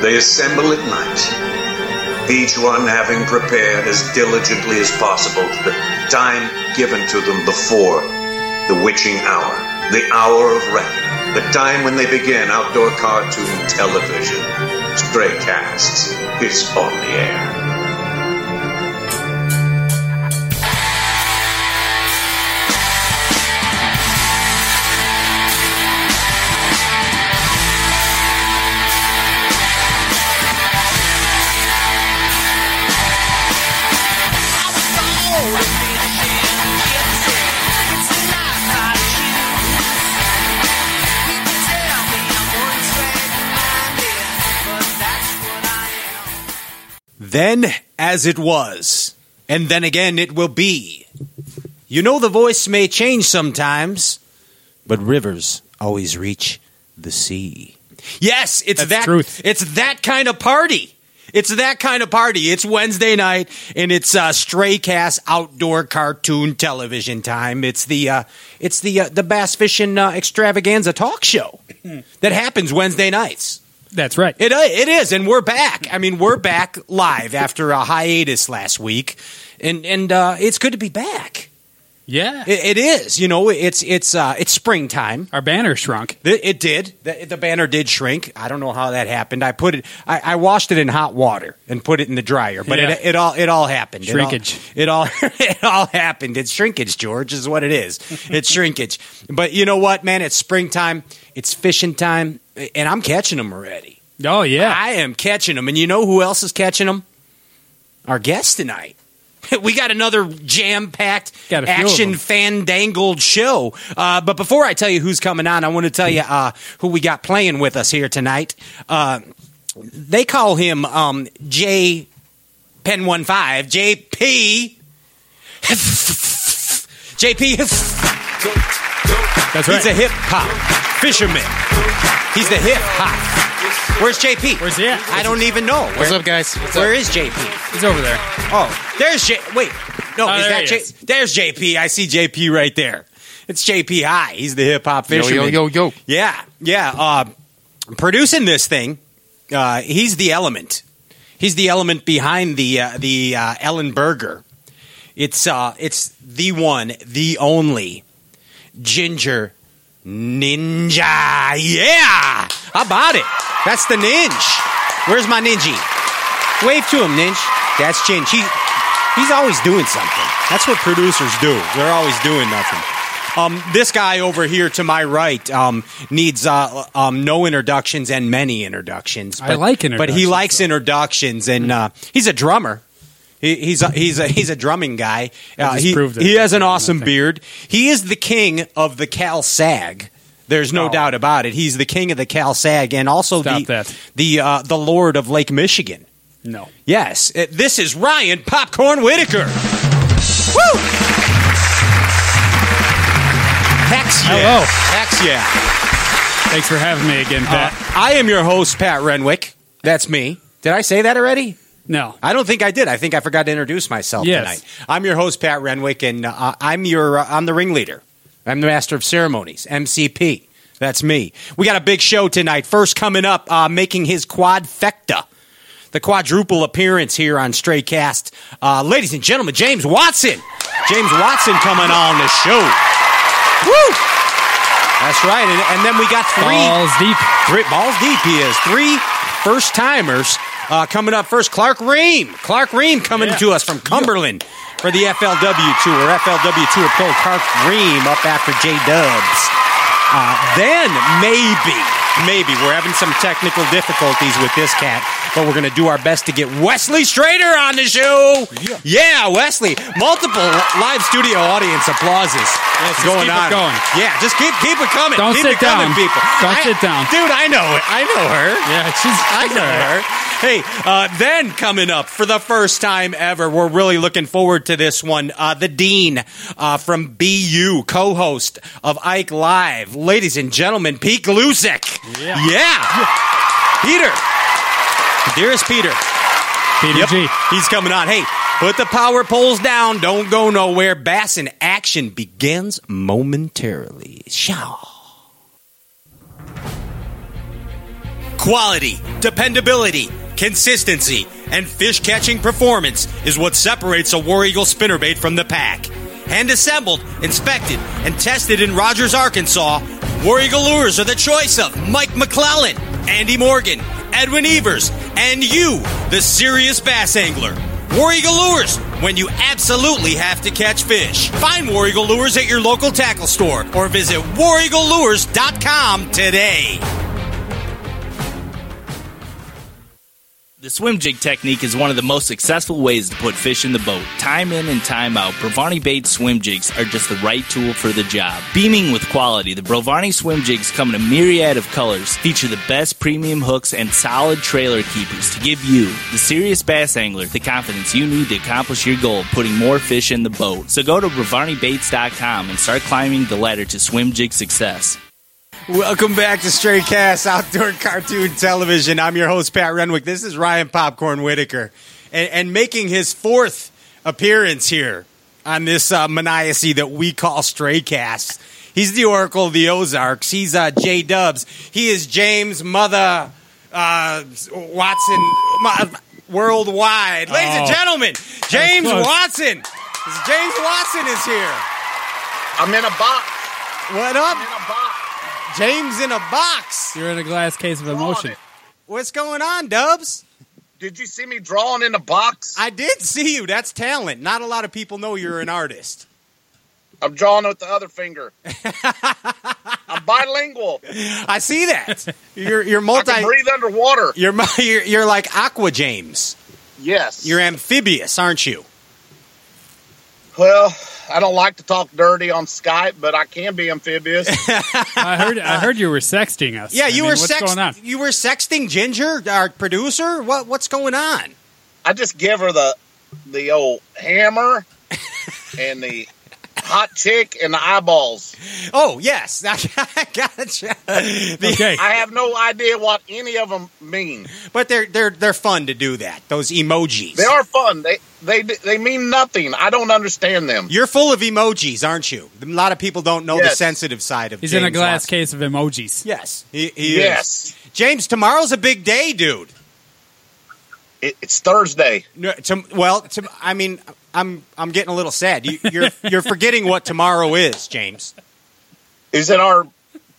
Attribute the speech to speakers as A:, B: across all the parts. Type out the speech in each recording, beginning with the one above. A: They assemble at night, each one having prepared as diligently as possible the time given to them before the witching hour, the hour of reckoning, the time when they begin outdoor cartoon television. Stray Casts is on the air.
B: Then as it was, and then again it will be. You know the voice may change sometimes, but rivers always reach the sea. Yes, it's
C: That's
B: that
C: truth.
B: it's that kind of party. It's that kind of party. It's Wednesday night, and it's uh, Stray Cast outdoor cartoon television time. It's the uh, it's the uh, the bass fishing uh, extravaganza talk show that happens Wednesday nights.
C: That's right.
B: It uh, it is, and we're back. I mean, we're back live after a hiatus last week, and and uh, it's good to be back.
C: yeah.
B: It, it is, you know, it's it's uh, it's springtime.
C: Our banner shrunk.
B: It, it did. The, the banner did shrink. I don't know how that happened. I put it. I, I washed it in hot water and put it in the dryer, but
C: Yeah.
B: it, it all it all happened. It all-
C: Shrinkage.
B: It all it all happened. It's shrinkage, George, is what it is. It's shrinkage. But you know what, man? It's springtime. It's fishing time, and I'm catching them already.
C: Oh, yeah.
B: I am catching them. And you know who else is catching them? Our guest tonight. We got another jam packed,
C: Got a few of
B: action
C: them.
B: fandangled show. Uh, but before I tell you who's coming on, I want to tell you uh, who we got playing with us here tonight. Uh, they call him um, J Pen 15, JP. JP.
C: That's right.
B: He's Ah. a hip hop fisherman. He's the hip hop. Where's JP?
C: Where's he at?
B: I don't even know. Where,
D: What's up, guys? What's
B: where
D: up?
B: is JP?
C: He's over there.
B: Oh, there's J. Wait, no,
C: Oh,
B: is
C: there
B: that
C: he
B: J?
C: is.
B: There's JP. I see JP right there. It's JP High. He's the hip hop
D: Yo,
B: fisherman.
D: yo, yo, yo.
B: Yeah, yeah. Uh, producing this thing, uh, he's the element. He's the element behind the uh, the uh, Ellen Burger. It's uh, it's the one, the only Ginger Ninja. Yeah, how about it? That's the ninja. Where's my ninja? Wave to him, ninja. That's Ginge. He, he's always doing something. That's what producers do. They're always doing nothing. Um, this guy over here to my right um, needs uh, um, no introductions and many introductions.
C: I like
B: but he
C: introductions,
B: likes introductions, and uh, he's a drummer. He, he's a, he's a, he's a drumming guy. Uh,
C: just
B: he,
C: proved it.
B: he has an
C: I
B: awesome
C: think.
B: beard. He is the king of the Cal Sag. There's no
C: Oh.
B: doubt about it. He's the king of the Cal Sag, and also
C: Stop
B: the
C: that.
B: the uh, the Lord of Lake Michigan.
C: No.
B: Yes, it- this is Ryan Popcorn Whitaker. Woo! Hex yeah.
C: Hello.
B: Hex yeah.
C: Thanks for having me again,
B: Uh,
C: Pat.
B: I am your host, Pat Renwick. That's me. Did I say that already?
C: no.
B: I don't think I did. I think I forgot to introduce myself
C: Yes.
B: tonight. I'm your host, Pat Renwick, and uh, I'm your uh, I'm the ringleader. I'm the master of ceremonies, MCP. That's me. We got a big show tonight. First coming up, uh, making his quadfecta, the quadruple appearance here on Stray Cast, uh, ladies and gentlemen, James Watson. James Watson coming on the show. Woo! That's right, and, and then we got three
C: Balls deep.
B: Three balls deep. He is three first timers uh, coming up first. Clark Ream, Clark Ream coming
C: Yeah.
B: to us from Cumberland for the FLW tour. FLW tour pro Clark Ream up after J Dubs. Uh, then maybe, maybe we're having some technical difficulties with this cat, but we're going to do our best to get Wesley Strader on the show. Yeah, Wesley, multiple live studio audience applauses
C: just
B: going
C: keep it
B: on.
C: going.
B: Yeah, just keep keep it coming.
C: Don't
B: keep
C: sit
B: it coming,
C: down.
B: people.
C: Don't
B: I-
C: sit down.
B: Dude, I know it. I know her.
C: Yeah, she's.
B: I know her. Hey, uh, then coming up for the first time ever, we're really looking forward to this one. Uh, the Dean uh, from BU, co host of Ike Live. Ladies and gentlemen, Pete Glusek.
C: Yeah.
B: yeah. Peter. Dearest Peter.
C: Peter
B: Yep,
C: G.
B: he's coming on. Hey, put the power poles down. Don't go nowhere. Bass in action begins momentarily. Shaw. Quality, dependability, consistency, and fish catching performance is what separates a War Eagle spinnerbait from the pack. Hand assembled, inspected, and tested in Rogers, Arkansas, War Eagle lures are the choice of Mike McClellan, Andy Morgan, Edwin Evers, and you, the serious bass angler. War Eagle Lures, when you absolutely have to catch fish. Find War Eagle Lures at your local tackle store or visit wareaglelures.com today.
D: The swim jig technique is one of the most successful ways to put fish in the boat. Time in and time out, Brovani bait swim jigs are just the right tool for the job. Beaming with quality, the Brovani swim jigs come in a myriad of colors, feature the best premium hooks and solid trailer keepers to give you, the serious bass angler, the confidence you need to accomplish your goal of putting more fish in the boat. So go to BrovaniBaits.com and start climbing the ladder to swim jig success.
B: Welcome back to Stray Cast Outdoor Cartoon Television. I'm your host, Pat Renwick. This is Ryan Popcorn Whitaker. And, and making his fourth appearance here on this uh, maniacy that we call Stray Cast. He's the Oracle of the Ozarks. He's uh, J Dubs. He is James Mother uh, Watson Ma- Worldwide. Ladies and
C: Oh.
B: gentlemen, James
C: close.
B: Watson. James Watson is here.
E: I'm in a box.
B: What
E: In
B: up?
E: a box.
B: James in a box.
C: You're in a glass case of emotion.
B: What's going on, Dubs?
E: Did you see me drawing in a box?
B: I did see you. That's talent. Not a lot of people know you're an artist.
E: I'm drawing with the other finger. I'm bilingual.
B: I see that. You're you're
E: I
B: multi.
E: can breathe underwater.
B: You're, mu- you're you're like Aqua James.
E: Yes.
B: You're amphibious, aren't you?
E: well, I don't like to talk dirty on Skype, but I can be amphibious.
C: I heard. I heard you were sexting us.
B: Yeah,
C: I
B: you
C: mean,
B: were
C: What's
B: sext-
C: going on?
B: You were sexting Ginger, our producer. What what's going on?
E: I just give her the the old hammer and the hot chick and the eyeballs.
B: Oh yes, I gotcha. The-
C: Okay.
E: I have no idea what any of them mean.
B: But they're they're they're fun to do that. Those emojis.
E: They are fun. They they they mean nothing. I don't understand them.
B: You're full of emojis, aren't you? A lot of people don't know the
E: Yes.
B: sensitive side of.
C: He's
B: James
C: in a glass
B: Watson.
C: case of emojis.
B: Yes, he, he is.
E: yes.
B: James, tomorrow's a big day, dude.
E: It, it's Thursday.
B: No, to, well, to, I mean, I'm I'm getting a little sad. You, you're you're forgetting what tomorrow is, James.
E: Is it our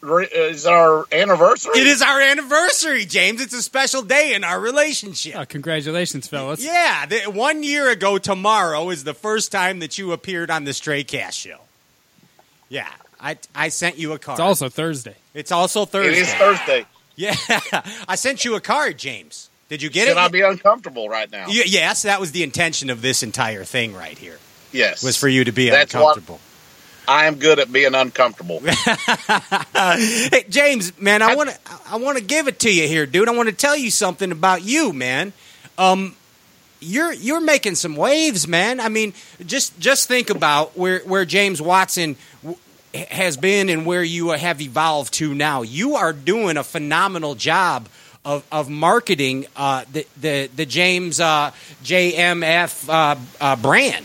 E: is it our anniversary?
B: It is our anniversary, James. It's a special day in our
C: Oh,
B: relationship.
C: congratulations, fellas.
B: Yeah, the, one year ago tomorrow is the first time that you appeared on the Stray Cast show. Yeah, I I sent you a card.
C: It's also Thursday.
B: It's also
E: It
B: Thursday.
E: is Thursday.
B: yeah, I sent you a card, James. Did you get
E: Should
B: it?
E: I be uncomfortable right now?
B: Y- yes, that was the intention of this entire thing right here.
E: yes.
B: Was for you to be
E: That's what-
B: uncomfortable.
E: I am good at being uncomfortable.
B: Hey, James, man, I
E: I-
B: want to I want to give it to you here, dude. I want to tell you something about you, man. Um, you're you're making some waves, man. I mean, just just think about where where James Watson w- has been and where you have evolved to now. You are doing a phenomenal job. Of, of marketing uh, the, the the James uh, JMF uh, uh, brand,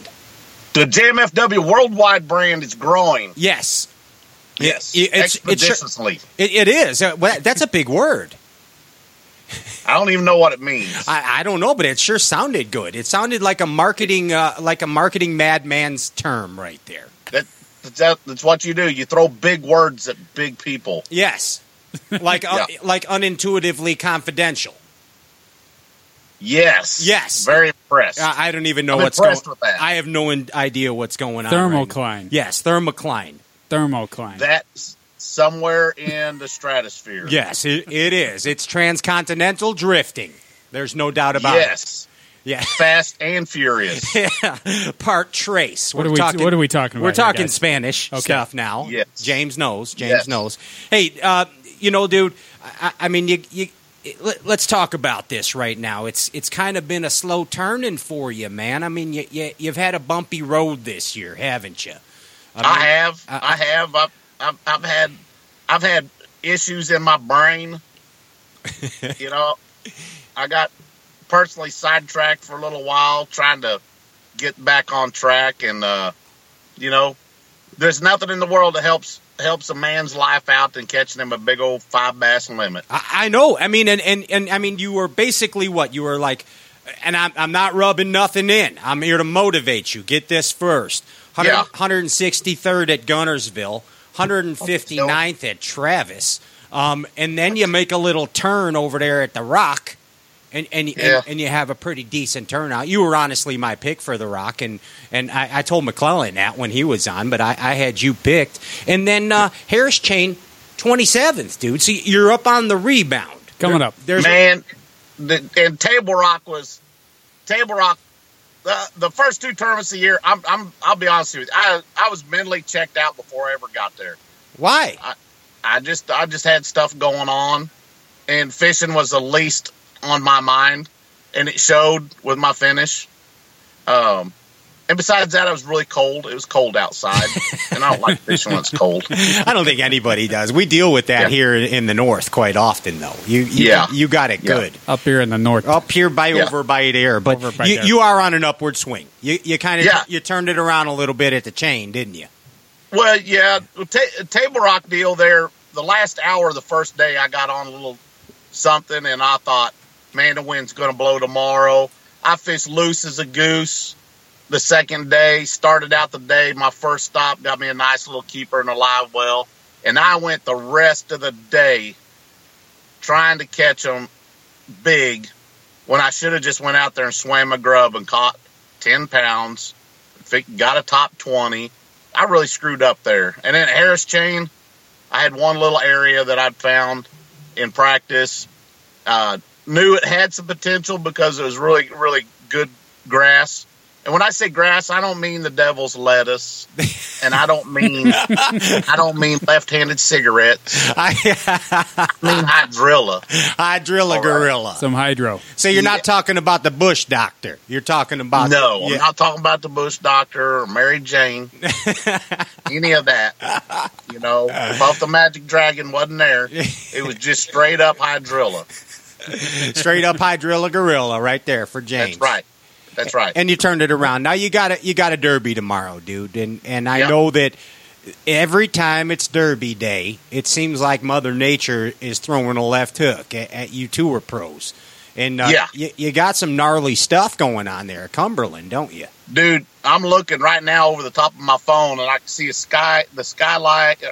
E: the JMFW worldwide brand is growing.
B: yes,
E: Yes.
B: it- it's- it's-
E: expeditiously.
B: it, it is. Uh, well, That's a big word.
E: I don't even know what it means.
B: I, I don't know, but it sure sounded good. It sounded like a marketing, uh, like a marketing madman's term right there.
E: That, that that's what you do. You throw big words at big people.
B: Yes, like uh,
E: Yeah.
B: like unintuitively confidential.
E: Yes.
B: Yes.
E: Very impressed.
B: I, I don't even know
E: I'm
B: what's going.
E: impressed with that.
B: I have no in- idea what's going on. right now.
C: Thermocline.
B: yes, thermocline.
C: Thermocline.
E: That's somewhere in the stratosphere.
B: Yes, it, it is. It's transcontinental drifting. There's no doubt about
E: Yes.
B: it. Yeah.
E: Fast and furious.
B: Part trace.
C: What
B: We're
C: are we?
B: talking-
C: what are we talking about?
B: We're
C: here,
B: talking
C: guys?
B: Spanish
C: Okay.
B: stuff now.
E: Yes.
B: James knows. James
E: Yes.
B: knows. Hey, uh, you know, dude. I, I mean, you. you let, let's talk about this right now. It's it's kind of been a slow turning for you, man. I mean, you, you you've had a bumpy road this year, haven't you?
E: I have. I have. I've, I've, I've had. I've had issues in my brain. you know, I got personally sidetracked for a little while trying to get back on track, and uh, you know, there's nothing in the world that helps helps a man's life out than catching him a big old five bass limit.
B: I, I know. I mean, and, and and I mean, you were basically what you were like. And I'm I'm not rubbing nothing in. I'm here to motivate you. Get this first. 100,
E: Yeah.
B: 163rd at Gunnersville, 159th at Travis, um, and then you make a little turn over there at the Rock, and and,
E: Yeah.
B: and and you have a pretty decent turnout. You were honestly my pick for the Rock, and and I, I told McClellan that when he was on, but I, I had you picked, and then uh, Harris Chain, twenty seventh, dude. So you're up on the rebound.
C: Coming up.
B: There's
E: Man, the, and Table Rock was Table Rock. The, the first two tournaments of the year, I'm, I'm I'll be honest with you, I I was mentally checked out before I ever got there.
B: why
E: I just I just had stuff going on, and fishing was the least on my mind, and it showed with my finish. Um, and besides that, I was really cold. It was cold outside, and I don't like fishing when it's cold.
B: I don't think anybody does. We deal with that
E: Yeah.
B: here in the north quite often, though. You, you
E: Yeah.
B: you got it
E: Yeah.
B: good.
C: Up here in the north.
B: Up here by
E: Yeah.
B: over by the air, but
C: Over by
B: you,
C: there.
B: you are on an upward swing. You you kind of
E: Yeah.
B: you turned it around a little bit at the chain, didn't you?
E: Well, yeah, the ta- Table Rock deal there. The last hour of the first day, I got on a little something, and I thought, man, the wind's going to blow tomorrow. I fished loose as a goose. The second day started out the day. My first stop got me a nice little keeper and a live well, and I went the rest of the day trying to catch them big. When I should have just went out there and swam a grub and caught ten pounds, fi- got a top twenty. I really screwed up there. And then Harris Chain, I had one little area that I'd found in practice. Uh, knew it had some potential because it was really, really good grass. And when I say grass, I don't mean the devil's lettuce, and I don't mean I don't mean left-handed cigarettes.
B: I,
E: I mean hydrilla.
B: I drill a
E: All right.
B: gorilla.
C: Some hydro.
B: So you're not talking about the Bush doctor. You're talking about
E: No, I'm
B: Yeah.
E: not talking about the Bush Doctor or Mary Jane, any of that. You know, both the Magic Dragon wasn't there. It was just straight up hydrilla.
B: straight up hydrilla gorilla right there for James.
E: That's right. That's right.
B: And you turned it around. Now you got a you got a derby tomorrow, dude. And and I
E: Yeah.
B: know that every time it's derby day, it seems like Mother Nature is throwing a left hook at, at you tour pros. And uh,
E: Yeah.
B: you, you got some gnarly stuff going on there, at Cumberland, don't you?
E: Dude, I'm looking right now over the top of my phone, and I can see a sky, the skylight, uh,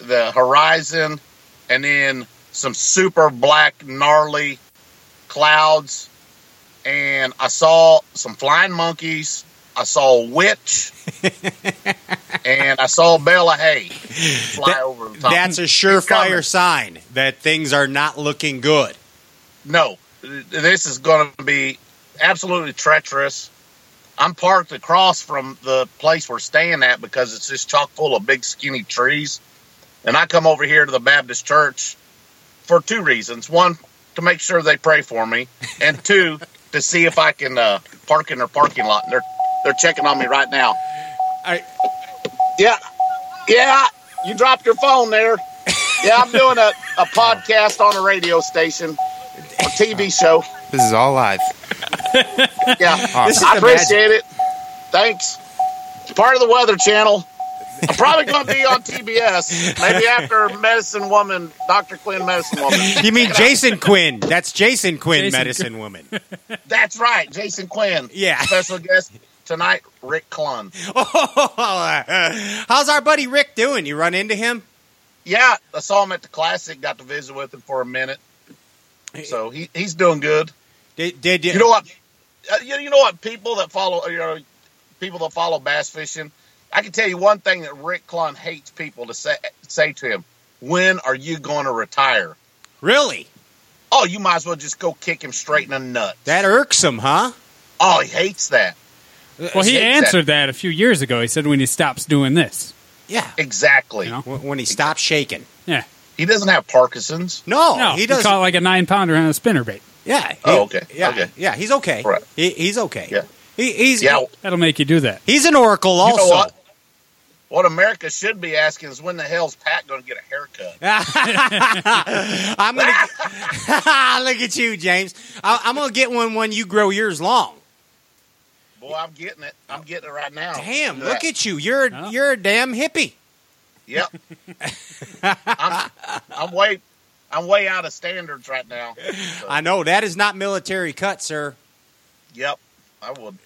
E: the horizon, and then some super black gnarly clouds. And I saw some flying monkeys. I saw a witch, and I saw Bella Hay fly
B: That-
E: over the top.
B: That's a surefire sign that things are not looking good.
E: no, this is going to be absolutely treacherous. I'm parked across from the place we're staying at because it's just chock full of big skinny trees. And I come over here to the Baptist church for two reasons. One, to make sure they pray for me, and two, to see if I can uh, park in their parking lot. They're they're checking on me right now.
B: I-
E: Yeah. Yeah, you dropped your phone there. Yeah, I'm doing a, a podcast on a radio station, a TV show.
F: This is all live.
E: Yeah.
F: Awesome.
B: This is
E: I
B: the magic.
E: appreciate it. Thanks. It's part of the Weather Channel. I'm probably going to be on TBS, maybe after Medicine Woman, Dr. Quinn Medicine Woman.
B: You mean Jason Quinn? That's Jason Quinn,
C: Jason
B: medicine woman.
E: That's right, Jason Quinn.
B: Yeah.
E: Special guest tonight, Rick Klun.
B: How's our buddy Rick doing? You run into him?
E: Yeah, I saw him at the Classic, got to visit with him for a minute. So he, he's doing good.
B: Did, did
E: You know what? uh, You, you know what? People that follow, you know, people that follow bass fishing, I can tell you one thing that Rick Klun hates people to say say to him: When are you going to retire?
B: Really?
E: Oh, you might as well just go kick him straight in the nuts.
B: That irks him, huh?
E: oh, he hates that.
C: Well, he
E: Shake that.
C: answered that a few years ago. He said when he stops doing this.
B: Yeah.
E: Exactly.
C: You know?
B: When when he stops shaking.
C: Yeah.
E: He doesn't have Parkinson's.
B: No,
C: no,
B: he doesn't.
C: caught like a nine pounder on a spinnerbait.
B: yeah. he-
E: Oh, okay,
B: Yeah.
E: okay.
B: Yeah. He's okay.
E: Right.
B: He, he's okay.
E: Yeah.
B: He, he's
E: Yeah.
C: That'll make you do that.
B: He's an oracle,
E: You know
B: also.
E: what? What America should be asking is when the hell's Pat going to get a haircut?
B: I'm gonna look at you, James. I, I'm gonna get one when you grow yours long.
E: Boy, I'm getting it. I'm getting it right now.
B: Damn!
E: Yeah.
B: Look at you. You're
C: Huh?
B: you're a damn hippie.
E: Yep. I'm, I'm way, I'm way out of standards right now. So,
B: I know that is not military cut, sir.
E: yep. I would.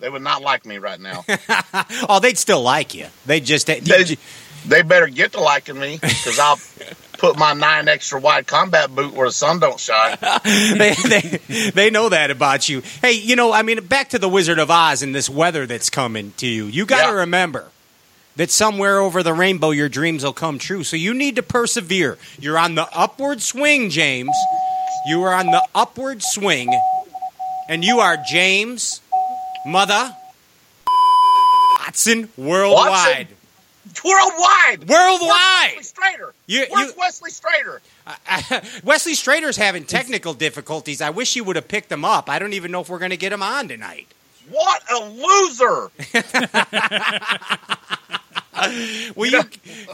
E: They would not like me right now.
B: oh, they'd still like you. They just
E: They, they better get to liking me because I'll put my nine extra wide combat boot where the sun don't shine.
B: they, they, they know that about you. Hey, you know, I mean, back to the Wizard of Oz and this weather that's coming to you. You got to
E: Yeah.
B: remember that somewhere over the rainbow, your dreams will come true. So you need to persevere. You're on the upward swing, James. You are on the upward swing, and you are James, mother, Watson, worldwide.
E: Worldwide.
B: Worldwide!
E: Wesley Strader.
B: You-
E: Where's
B: you-
E: Wesley Strader?
B: Wesley Strader's having technical difficulties. I wish you would have picked him up. I don't even know if we're going to get him on tonight.
E: What a loser!
B: Will you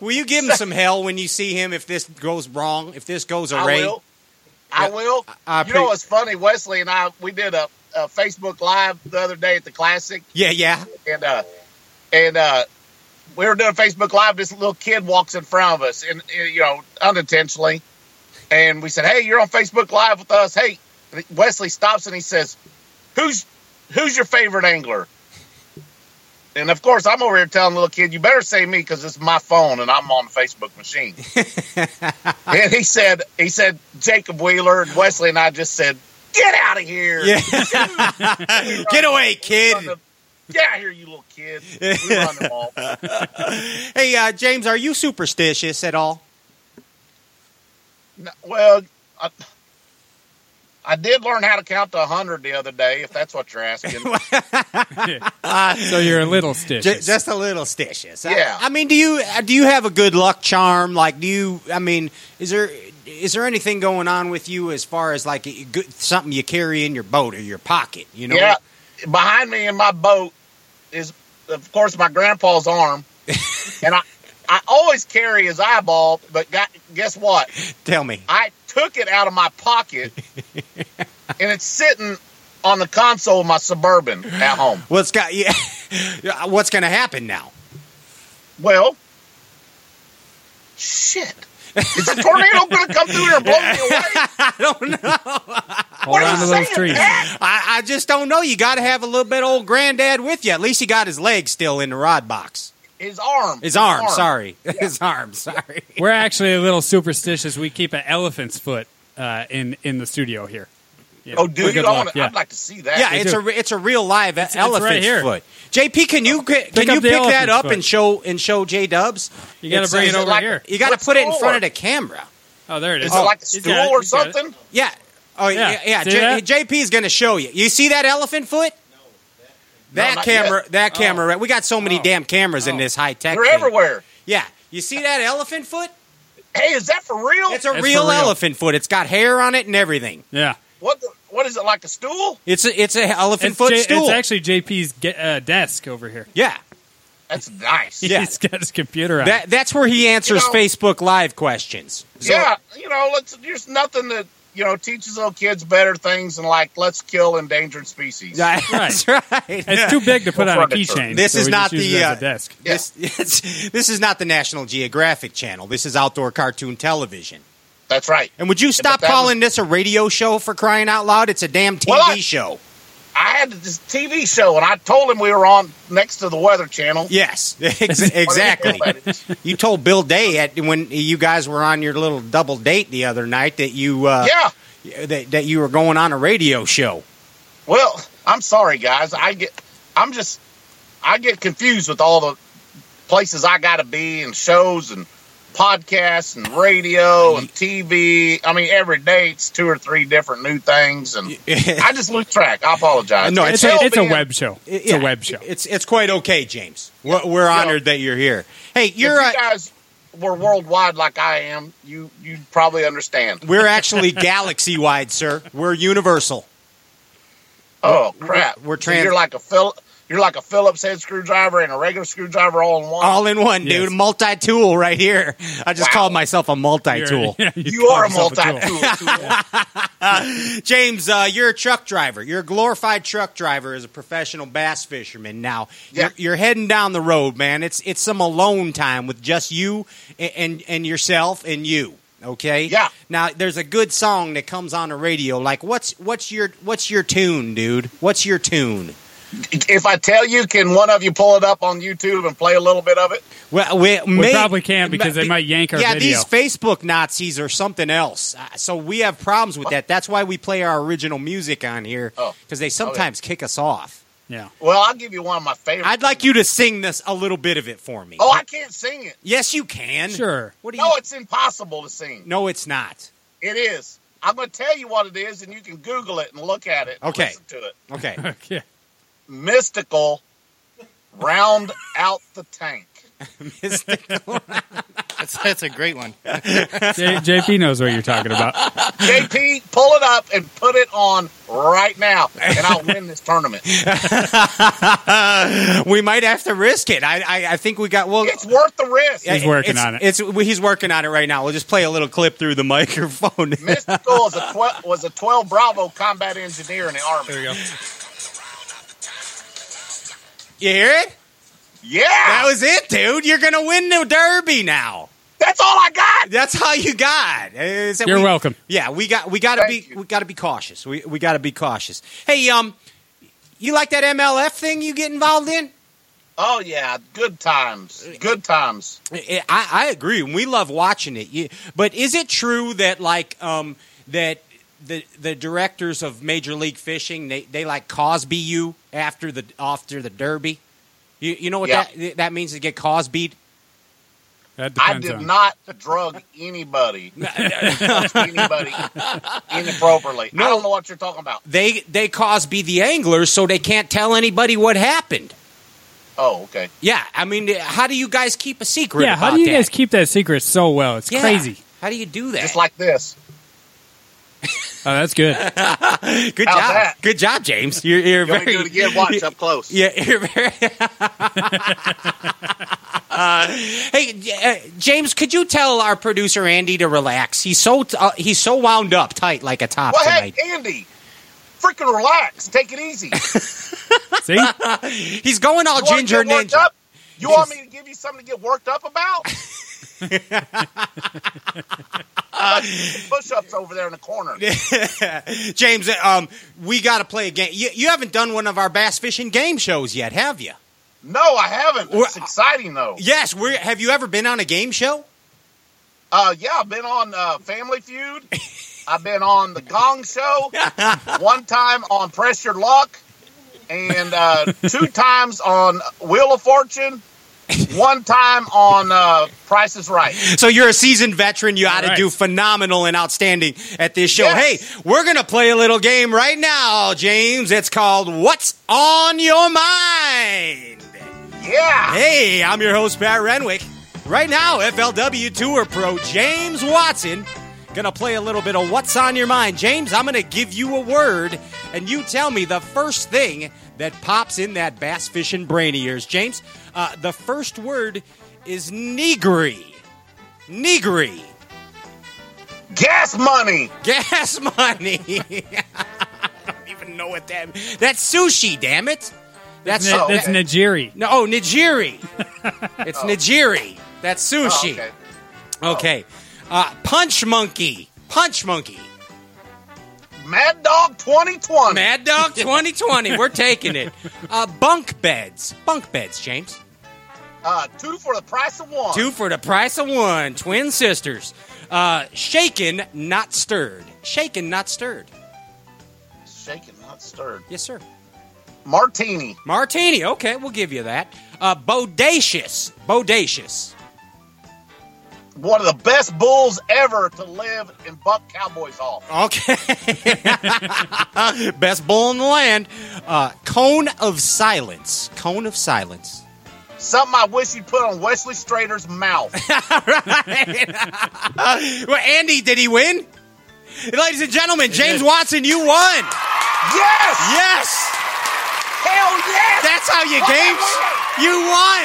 B: will you give him some hell when you see him if this goes wrong? If this goes
E: I
B: awry?
E: will. I will.
B: I
E: you know
B: appre-
E: what's funny? Wesley and I we did a, a Facebook live the other day at the classic,
B: Yeah, yeah.
E: and uh, and uh, we were doing Facebook live. This little kid walks in front of us, and uh, you know, unintentionally, and we said, "Hey, you're on Facebook live with us." Hey, Wesley stops and he says, "Who's who's your favorite angler?" And of course, I'm over here telling the little kid, "You better say me because it's my phone and I'm on the Facebook machine." and he said, "He said Jacob Wheeler and Wesley and I just said." Get out of here!
B: Yeah. Get away, kid.
E: Run the- Get out of here, you little kid. We run them all.
B: Hey, uh, James, are you superstitious at all?
E: No, well, I, I did learn how to count to 100 the other day, if that's what you're asking.
C: so you're a little stitch.
B: J- just a little stitious. I-
E: Yeah.
B: I, mean, do you uh, do you have a good luck charm? Like, do you? I mean, is there is there anything going on with you as far as like a good, something you carry in your boat or your pocket? You know?
E: Yeah, behind me in my boat is, of course, my grandpa's arm. and I, I always carry his eyeball, but got, guess what?
B: Tell me.
E: I took it out of my pocket, and it's sitting on the console of my Suburban at home.
B: What's got? Yeah. Yeah, What's going to happen now?
E: Well, shit. Is a tornado going to come through here and blow me away?
B: I don't know.
C: Hold
E: are
C: on
E: you
C: to those
E: saying,
C: trees.
E: Pat?
B: I, I just don't know. You got to have a little bit of old granddad with you. At least he got his leg still in the rod box.
E: His arm.
B: His arm, sorry. His arm, sorry.
C: We're actually a little superstitious. We keep an elephant's foot uh, in in the studio here. Yeah,
E: Oh, dude,
C: for good
E: I
C: luck,
E: wanna,
C: yeah.
E: I'd like to see that.
B: Yeah, it's
C: do.
B: a re- it's a real live elephant
C: right here.
B: foot. JP, can you can
C: Pick
B: you
C: up the
B: pick that
C: elephant's
B: up
C: foot.
B: and show and show J Dubs?
C: You gotta
B: It's-
C: bring
B: is
C: it over
E: like-
C: here.
B: You got
E: What's
B: to put it in
E: for?
B: front of the camera.
C: Oh, there it is.
E: Is it like a
C: He's
E: stool
C: got it.
E: or
C: He's got it.
E: something?
B: Yeah. Oh
C: Yeah.
B: yeah. Yeah.
C: See
B: J-
C: that?
B: JP's going to show you. You see that elephant foot? That
E: No, not
B: camera, that camera.
C: Oh.
B: right- We got so many damn cameras in this high tech.
E: They're everywhere.
B: Yeah, you see that elephant foot?
E: Hey, is that for real?
B: It's a
C: That's for
B: real,
C: real.
B: elephant foot. It's got hair on it and everything.
C: Yeah.
E: what? The, what is it like a stool?
B: It's a, it's a elephant
C: It's,
B: foot
C: J-
B: stool.
C: it's actually JP's ge- uh, desk over here.
B: yeah,
E: That's nice.
B: Yeah.
C: He's got his computer out.
B: that that's where he answers
E: You know-
B: Facebook Live questions. So-
E: yeah. You know, let's. There's nothing that you know teaches little kids better things than like let's kill endangered species.
B: Yeah, that's right.
C: it's too big to put on a keychain.
B: This
C: so
B: is
C: we
B: not
C: just use
B: the,
C: it
B: uh,
C: as a desk.
E: Yeah.
B: This, it's- this is not the National Geographic Channel. This is outdoor cartoon television.
E: That's right.
B: And would you stop
E: that was-
B: calling this a radio show for crying out loud? It's a damn TV
E: Well, I-
B: show.
E: I had this TV show, and I told him we were on next to the Weather Channel.
B: Yes, ex- exactly. you told Bill Day at, when you guys were on your little double date the other night that you uh,
E: yeah.
B: that, that you were going on a radio show.
E: Well, I'm sorry, guys. I get, I'm just, I get confused with all the places I got to be and shows and podcasts and radio and TV. I mean, every day it's two or three different new things, and I just lose track. I apologize.
B: No,
C: It's,
B: It's
C: a, it's a
E: being-
C: web show. It's
B: Yeah,
C: a web show.
B: It's it's quite okay, James. We're, we're honored that you're here. Hey,
E: If you
B: you're uh,
E: guys were worldwide like I am, you you probably understand.
B: we're actually galaxy wide, sir. We're universal.
E: Oh crap!
B: we're
E: So
B: trans-
E: you're like a Phil. You're like a Phillips head screwdriver and a regular screwdriver all in one.
B: All in one,
C: Yes.
B: dude. Multi tool right here. I just
E: Wow.
B: called myself a multi tool.
C: Yeah,
E: you are a
C: yourself a tool.
E: multi tool.
B: James, uh, you're a truck driver. You're a glorified truck driver as a professional bass fisherman. Now
E: Yeah.
B: you're, you're heading down the road, man. It's it's some alone time with just you and and, and yourself and you. Okay.
E: Yeah.
B: Now there's a good song that comes on the radio. Like what's what's your what's your tune, dude? What's your tune?
E: if I tell you, can one of you pull it up on YouTube and play a little bit of it?
B: Well, we, may-
C: probably can't because they
B: be-
C: might yank our
B: yeah,
C: video.
B: these Facebook Nazis or something else. Uh, So we have problems with that. That's why we play our original music on here
E: Oh.
B: because they sometimes kick us off.
C: Yeah.
E: Well, I'll give you one of my favorites.
B: I'd like you to sing this a little bit of it for me.
E: Oh, I can't sing it.
B: yes, you can.
C: Sure.
B: What do you?
E: No, it's impossible to sing.
B: no, it's not.
E: It is. I'm going to tell you what it is, and you can Google it and look at it. and
B: Okay.
E: Listen to it.
B: Okay.
C: Okay.
E: Mystical, round out the tank.
F: That's, that's a great one.
C: J- JP knows what you're talking about.
E: JP, pull it up and put it on right now, and I'll win this tournament.
B: we might have to risk it. I, I, I think we got. Well,
E: It's worth the risk.
B: yeah,
C: He's working
B: it's-
C: on it.
B: It's well, he's working on it right now. We'll just play a little clip through the microphone.
E: Mystical is a 12, was a 12 Bravo combat engineer in the
F: There
E: Army.
F: we go.
B: you hear it?
E: Yeah,
B: That was it, dude. You're gonna win the derby now.
E: that's all I got.
B: That's all you got. Is that
C: You're
B: we-
C: welcome.
B: Yeah, we got we got to be
E: Thank you.
B: we got to be cautious. We we got to be cautious. Hey, um, you like that MLF thing you get involved in?
E: Oh yeah, good times, good times.
B: I, I I agree. We love watching it. You, but is it true that like um that the the directors of Major League Fishing they, they like Cosby you after the after the Derby? You you know what
E: Yeah.
B: that that means to get Cosby'd?
C: That
E: I
C: depends
E: did
C: on.
E: not drug anybody, touch anybody inappropriately. I don't know what you're talking about.
B: They they Cosby the anglers so they can't tell anybody what happened.
E: Oh, okay.
B: Yeah, I mean, how do you guys keep a secret?
C: yeah, how
B: about
C: do you
B: that?
C: guys keep that secret so well? It's
B: Yeah.
C: crazy.
B: How do you do that?
E: Just like this.
C: Oh, that's good.
B: good
E: How's
B: job,
E: that?
B: good job, James. You're, you're
E: You want me
B: very
E: to do it again? Watch up close.
B: yeah. You're very. Uh, hey, J- uh, James, could you tell our producer Andy to relax? He's so t- uh, he's so wound up tight like a top
E: Well, hey,
B: tonight.
E: Andy, freaking relax. Take it easy.
C: See?
B: He's going all
E: You wanna
B: ginger
E: get worked
B: ninja.
E: Up? You want me to give you something to get worked up about? Push ups over there in the corner.
B: James, uh, um, we got to play a game. You, you haven't done one of our bass fishing game shows yet, have you?
E: No, I haven't. It's
B: Well,
E: exciting though.
B: Yes, we are have. You ever been on a game show?
E: Uh, yeah, I've been on uh, Family Feud. I've been on The Gong Show. One time on Pressure Luck, and uh, two times on Wheel of Fortune. One time on uh, Price is Right.
B: So you're a seasoned veteran. You ought to
C: right.
B: do phenomenal and outstanding at this show.
E: Yes.
B: Hey, we're gonna play a little game right now, James. It's called "What's on Your Mind."
E: Yeah.
B: Hey, I'm your host Pat Renwick. Right now, FLW Tour Pro James Watson gonna play a little bit of "What's on Your Mind." James, I'm gonna give you a word, and you tell me the first thing that pops in that bass fishing brain of yours. James, uh, the first word is negri. Negri.
E: Gas money.
B: Gas money. I don't even know what that. That's sushi. Damn it. That's
C: Ni- that's
E: okay.
C: Najiri.
B: no. Oh, Nigiri. it's Nigiri. That's
E: Oh,
B: sushi.
E: okay.
B: okay. Uh, punch monkey. Punch monkey.
E: Mad Dog 2020.
B: Mad Dog 2020. We're taking it. Uh, bunk beds. Bunk beds, James.
E: Uh, two for the price of one.
B: Two for the price of one. Twin sisters. Uh, shaken, not stirred. Shaken, not stirred.
E: Shaken, not stirred.
B: Yes, sir.
E: Martini.
B: Martini. Okay, we'll give you that. Uh, bodacious. Bodacious.
E: One of the best bulls ever to live in Buck Cowboys Hall.
B: Okay. Best bull in the land. Uh, cone of silence. Cone of silence.
E: Something I wish you'd put on Wesley Strader's mouth.
B: Well, Andy, did he win? Ladies and gentlemen, James Watson, you won.
E: yes!
B: Yes.
E: Hell yes!
B: That's how you
E: What'd I
B: games. You won.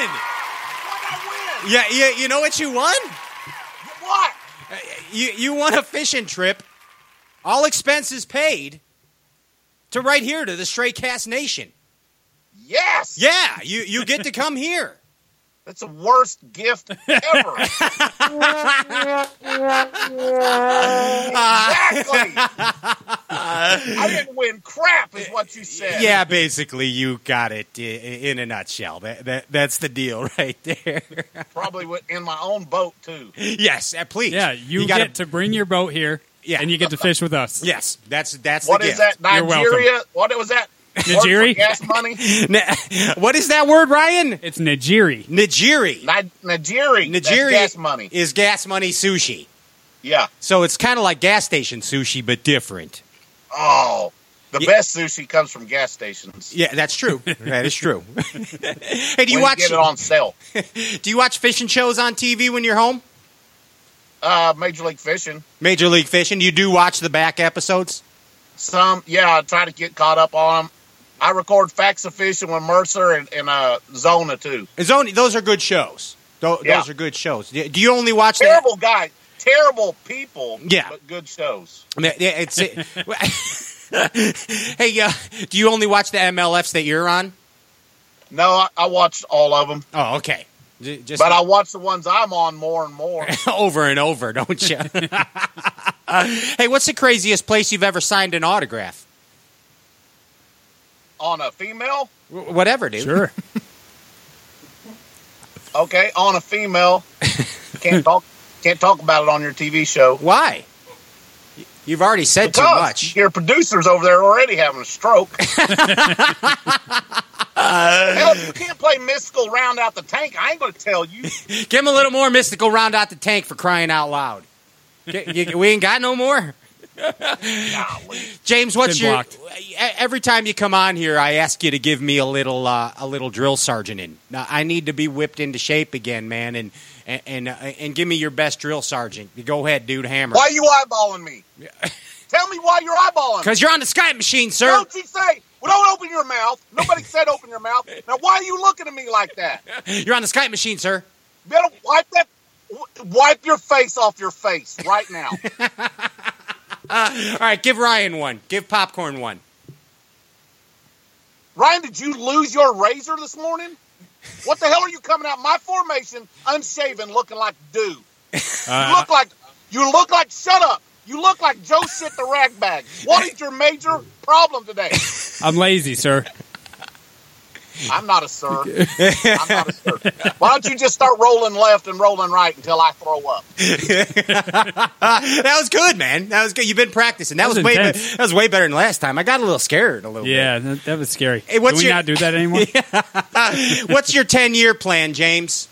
E: What'd I win?
B: Yeah, yeah. You know what you won?
E: What?
B: You you won a fishing trip, all expenses paid, to right here to the Stray Cast Nation.
E: Yes!
B: Yeah, you you get to come here.
E: That's the worst gift ever. exactly. I didn't win crap, is what you said.
B: Yeah, basically, you got it i- i- in a nutshell. That, that that's the deal right there.
E: Probably wi- in my own boat too.
B: yes, uh, please.
C: Yeah, you,
B: gotta-
C: get to bring your boat here,
B: Yeah.
C: and you get to fish with us.
B: Yes, that's that's
E: What
B: the
E: is that?
C: You're welcome.
E: Nigeria? What was that? Word for
C: Nigeria?
E: Gas money?
B: that? what is that word, Ryan?
C: It's Nigiri.
B: Nigiri.
E: Ni- Nigeria. That's
B: Nigiri
E: Gas money.
B: is gas money sushi.
E: Yeah.
B: So it's kind of like gas station sushi, but different.
E: Oh, the
B: Yeah.
E: best sushi comes from gas stations.
B: Yeah, that's true. that is true. hey, do
E: When
B: you watch
E: get it on sale?
B: do you watch fishing shows on TV when you're home?
E: Uh, Major League Fishing.
B: Major League Fishing. You do watch the back episodes.
E: Some, yeah, I try to get caught up on them. I record Facts of Fishing with Mercer and, and uh, Zona too.
B: It's only those are good shows. Tho-
E: Yeah.
B: Those are good shows. Do do you only watch that?
E: Terrible guy, terrible people.
B: Yeah.
E: but good shows.
B: I mean, yeah, it's- it- hey, uh, do you only watch the MLFs that you're on?
E: No, I, I watched all of them,
B: Oh, okay. J- Just
E: but I watch the ones I'm on more and more.
B: over and over, don't you? hey, what's the craziest place you've ever signed an autograph?
E: on a female,
B: Wh- Whatever, dude.
C: Sure.
E: okay, on a female. Can't talk. Can't talk about it on your TV show.
B: Why? Y- You've already said too
E: Because
B: much.
E: Your producers over there already having a stroke. Hell, if you can't play mystical round out the tank. I ain't gonna tell you.
B: Give him a little more mystical round out the tank for crying out loud. G- y- we ain't got no more.
E: Golly.
B: James, what's
C: Been
B: your?
C: blocked.
B: e- Every time you come on here, I ask you to give me a little uh, a little drill sergeant in. Now I need to be whipped into shape again, man, and and and, uh, and give me your best drill sergeant. Go ahead, dude, hammer.
E: Why are you eyeballing me? Tell me why you're eyeballing me.
B: Because you're on the Skype machine, sir.
E: Don't you say, well, don't open your mouth. Nobody said open your mouth. Now, why are you looking at me like that?
B: You're on the Skype machine, sir.
E: Better wipe that. w- Wipe your face off your face right now.
B: All right, give Ryan one. Give popcorn one.
E: Ryan, did you lose your razor this morning? What the hell are you coming out my formation unshaven looking like dude? You
C: Uh,
E: look like you look like shut up. You look like Joe shit the rag bag. What is your major problem today?
C: I'm lazy, sir.
E: I'm not a sir. I'm not a sir. Why don't you just start rolling left and rolling right until I throw up?
B: That was good, man. That was good. You've been practicing. That,
C: That was
B: was, way. Be-
C: intense.
B: that was way better than last time. I got a little scared a little.
C: Yeah, that, that was scary.
B: Hey, what's
C: do we
B: your-
C: not do that anymore?
B: bit. What's your ten year plan, James?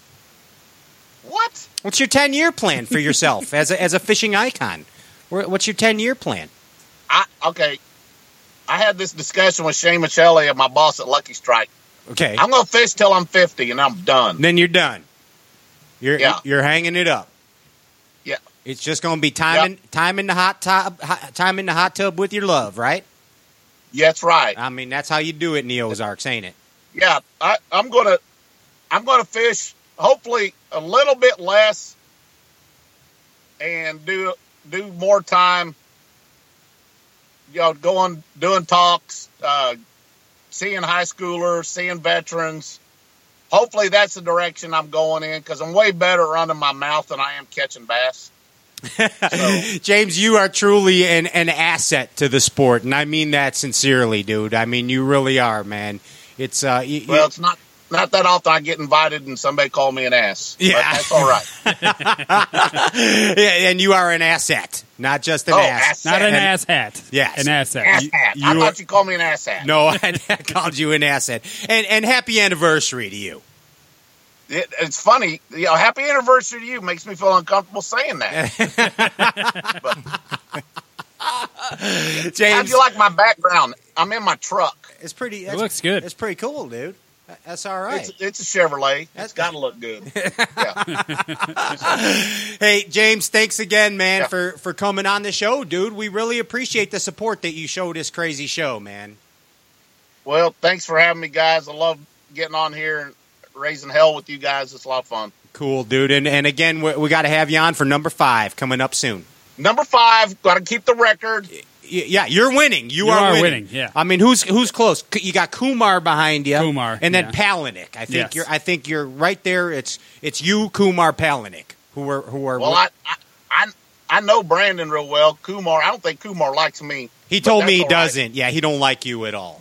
E: What?
B: What's your ten year plan for yourself as a, as a fishing icon? Where- What's your ten year plan?
E: I okay. I had this discussion with Shane Michelli and my boss at Lucky Strike.
B: Okay,
E: I'm gonna fish till I'm 50 and I'm done.
B: then you're done. You're
E: Yeah.
B: you're hanging it up.
E: Yeah.
B: It's just going to be time in time in the hot tub, hot, time in the hot tub with your love, right?
E: Yeah, that's right.
B: I mean, that's how you do it in the Ozarks, ain't it?
E: Yeah, I, I'm gonna I'm gonna fish hopefully a little bit less and do do more time. You know, going doing talks, uh, seeing high schoolers, seeing veterans. Hopefully, that's the direction I'm going in because I'm way better running my mouth than I am catching bass. So-
B: James, you are truly an, an asset to the sport, and I mean that sincerely, dude. I mean, you really are, man. It's uh, you, you-
E: Well, it's not not that often I get invited and somebody call me an ass. but
B: Yeah.
E: that's all right.
B: yeah, and you are an asset, not just an
E: Oh,
B: ass.
E: asset.
C: Not an
E: And-
C: ass hat.
B: Yes.
C: An ass hat.
E: Ass hat. I
B: you
E: thought
B: are-
E: you called me an ass hat.
B: No, I called you an asset, and and happy anniversary to you.
E: It, it's funny. You know, happy anniversary to you makes me feel uncomfortable saying that. How do
B: James,
E: you like my background? I'm in my truck.
B: it's pretty.
C: It
B: that's-
C: looks good.
B: It's pretty cool, dude. That- That's all right.
E: It's, it's a Chevrolet.
B: That's-
E: It's got to look good. Yeah.
B: hey, James, thanks again, man,
E: Yeah.
B: for for coming on the show, dude. We really appreciate the support that you showed this crazy show, man.
E: Well, thanks for having me, guys. I love getting on here and raising hell with you guys. It's a lot of fun.
B: Cool, dude. And and again, we, we got to have you on for number five coming up soon.
E: Number five, got to keep the record.
B: Y- yeah, you're winning. You,
C: You
B: are,
C: are
B: winning.
C: winning, yeah.
B: I mean, who's who's close? C- You got Kumar behind you.
C: Kumar,
B: and then
C: yeah.
B: Palahniuk. I think
C: Yes.
B: you're. I think you're right there. It's it's you, Kumar, Palahniuk, who are who are.
E: Well, I, I, I, I know Brandon real well. Kumar, I don't think Kumar likes me.
B: he told
E: but
B: me he
E: that's all right.
B: doesn't. Yeah, he don't like you at all.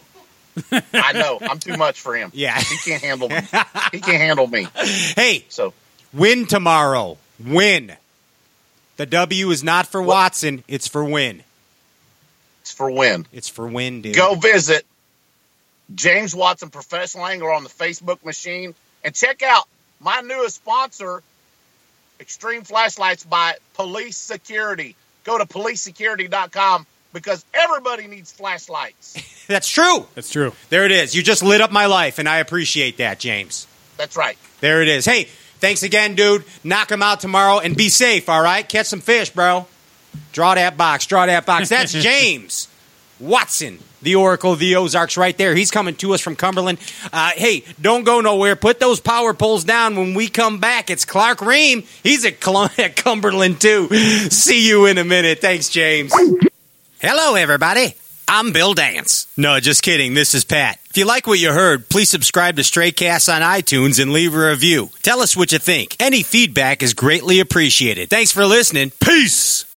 E: I know I'm too much for him.
B: Yeah.
E: he can't handle me. He can't handle me.
B: Hey,
E: So
B: win tomorrow. Win. The W is not for Watson. It's for win.
E: it's for when.
B: It's for win, dude.
E: Go visit James Watson Professional Angler on the Facebook machine and check out my newest sponsor, Extreme Flashlights by Police Security. Go to policesecurity.com because everybody needs flashlights.
B: That's true.
C: That's true.
B: There it is. You just lit up my life, and I appreciate that, James.
E: That's right.
B: There it is. Hey, thanks again, dude. Knock him out tomorrow and be safe, all right? Catch some fish, bro. Draw that box. Draw that box. That's James Watson, the Oracle of the Ozarks, right there. He's coming to us from Cumberland. Uh, hey, don't go nowhere. Put those power poles down. When we come back, it's Clark Ream. He's at, Col- at Cumberland, too. See you in a minute. Thanks, James. Hello, everybody. I'm Bill Dance. No, just kidding. This is Pat. If you like what you heard, please subscribe to Straycast on iTunes and leave a review. Tell us what you think. Any feedback is greatly appreciated. Thanks for listening. Peace.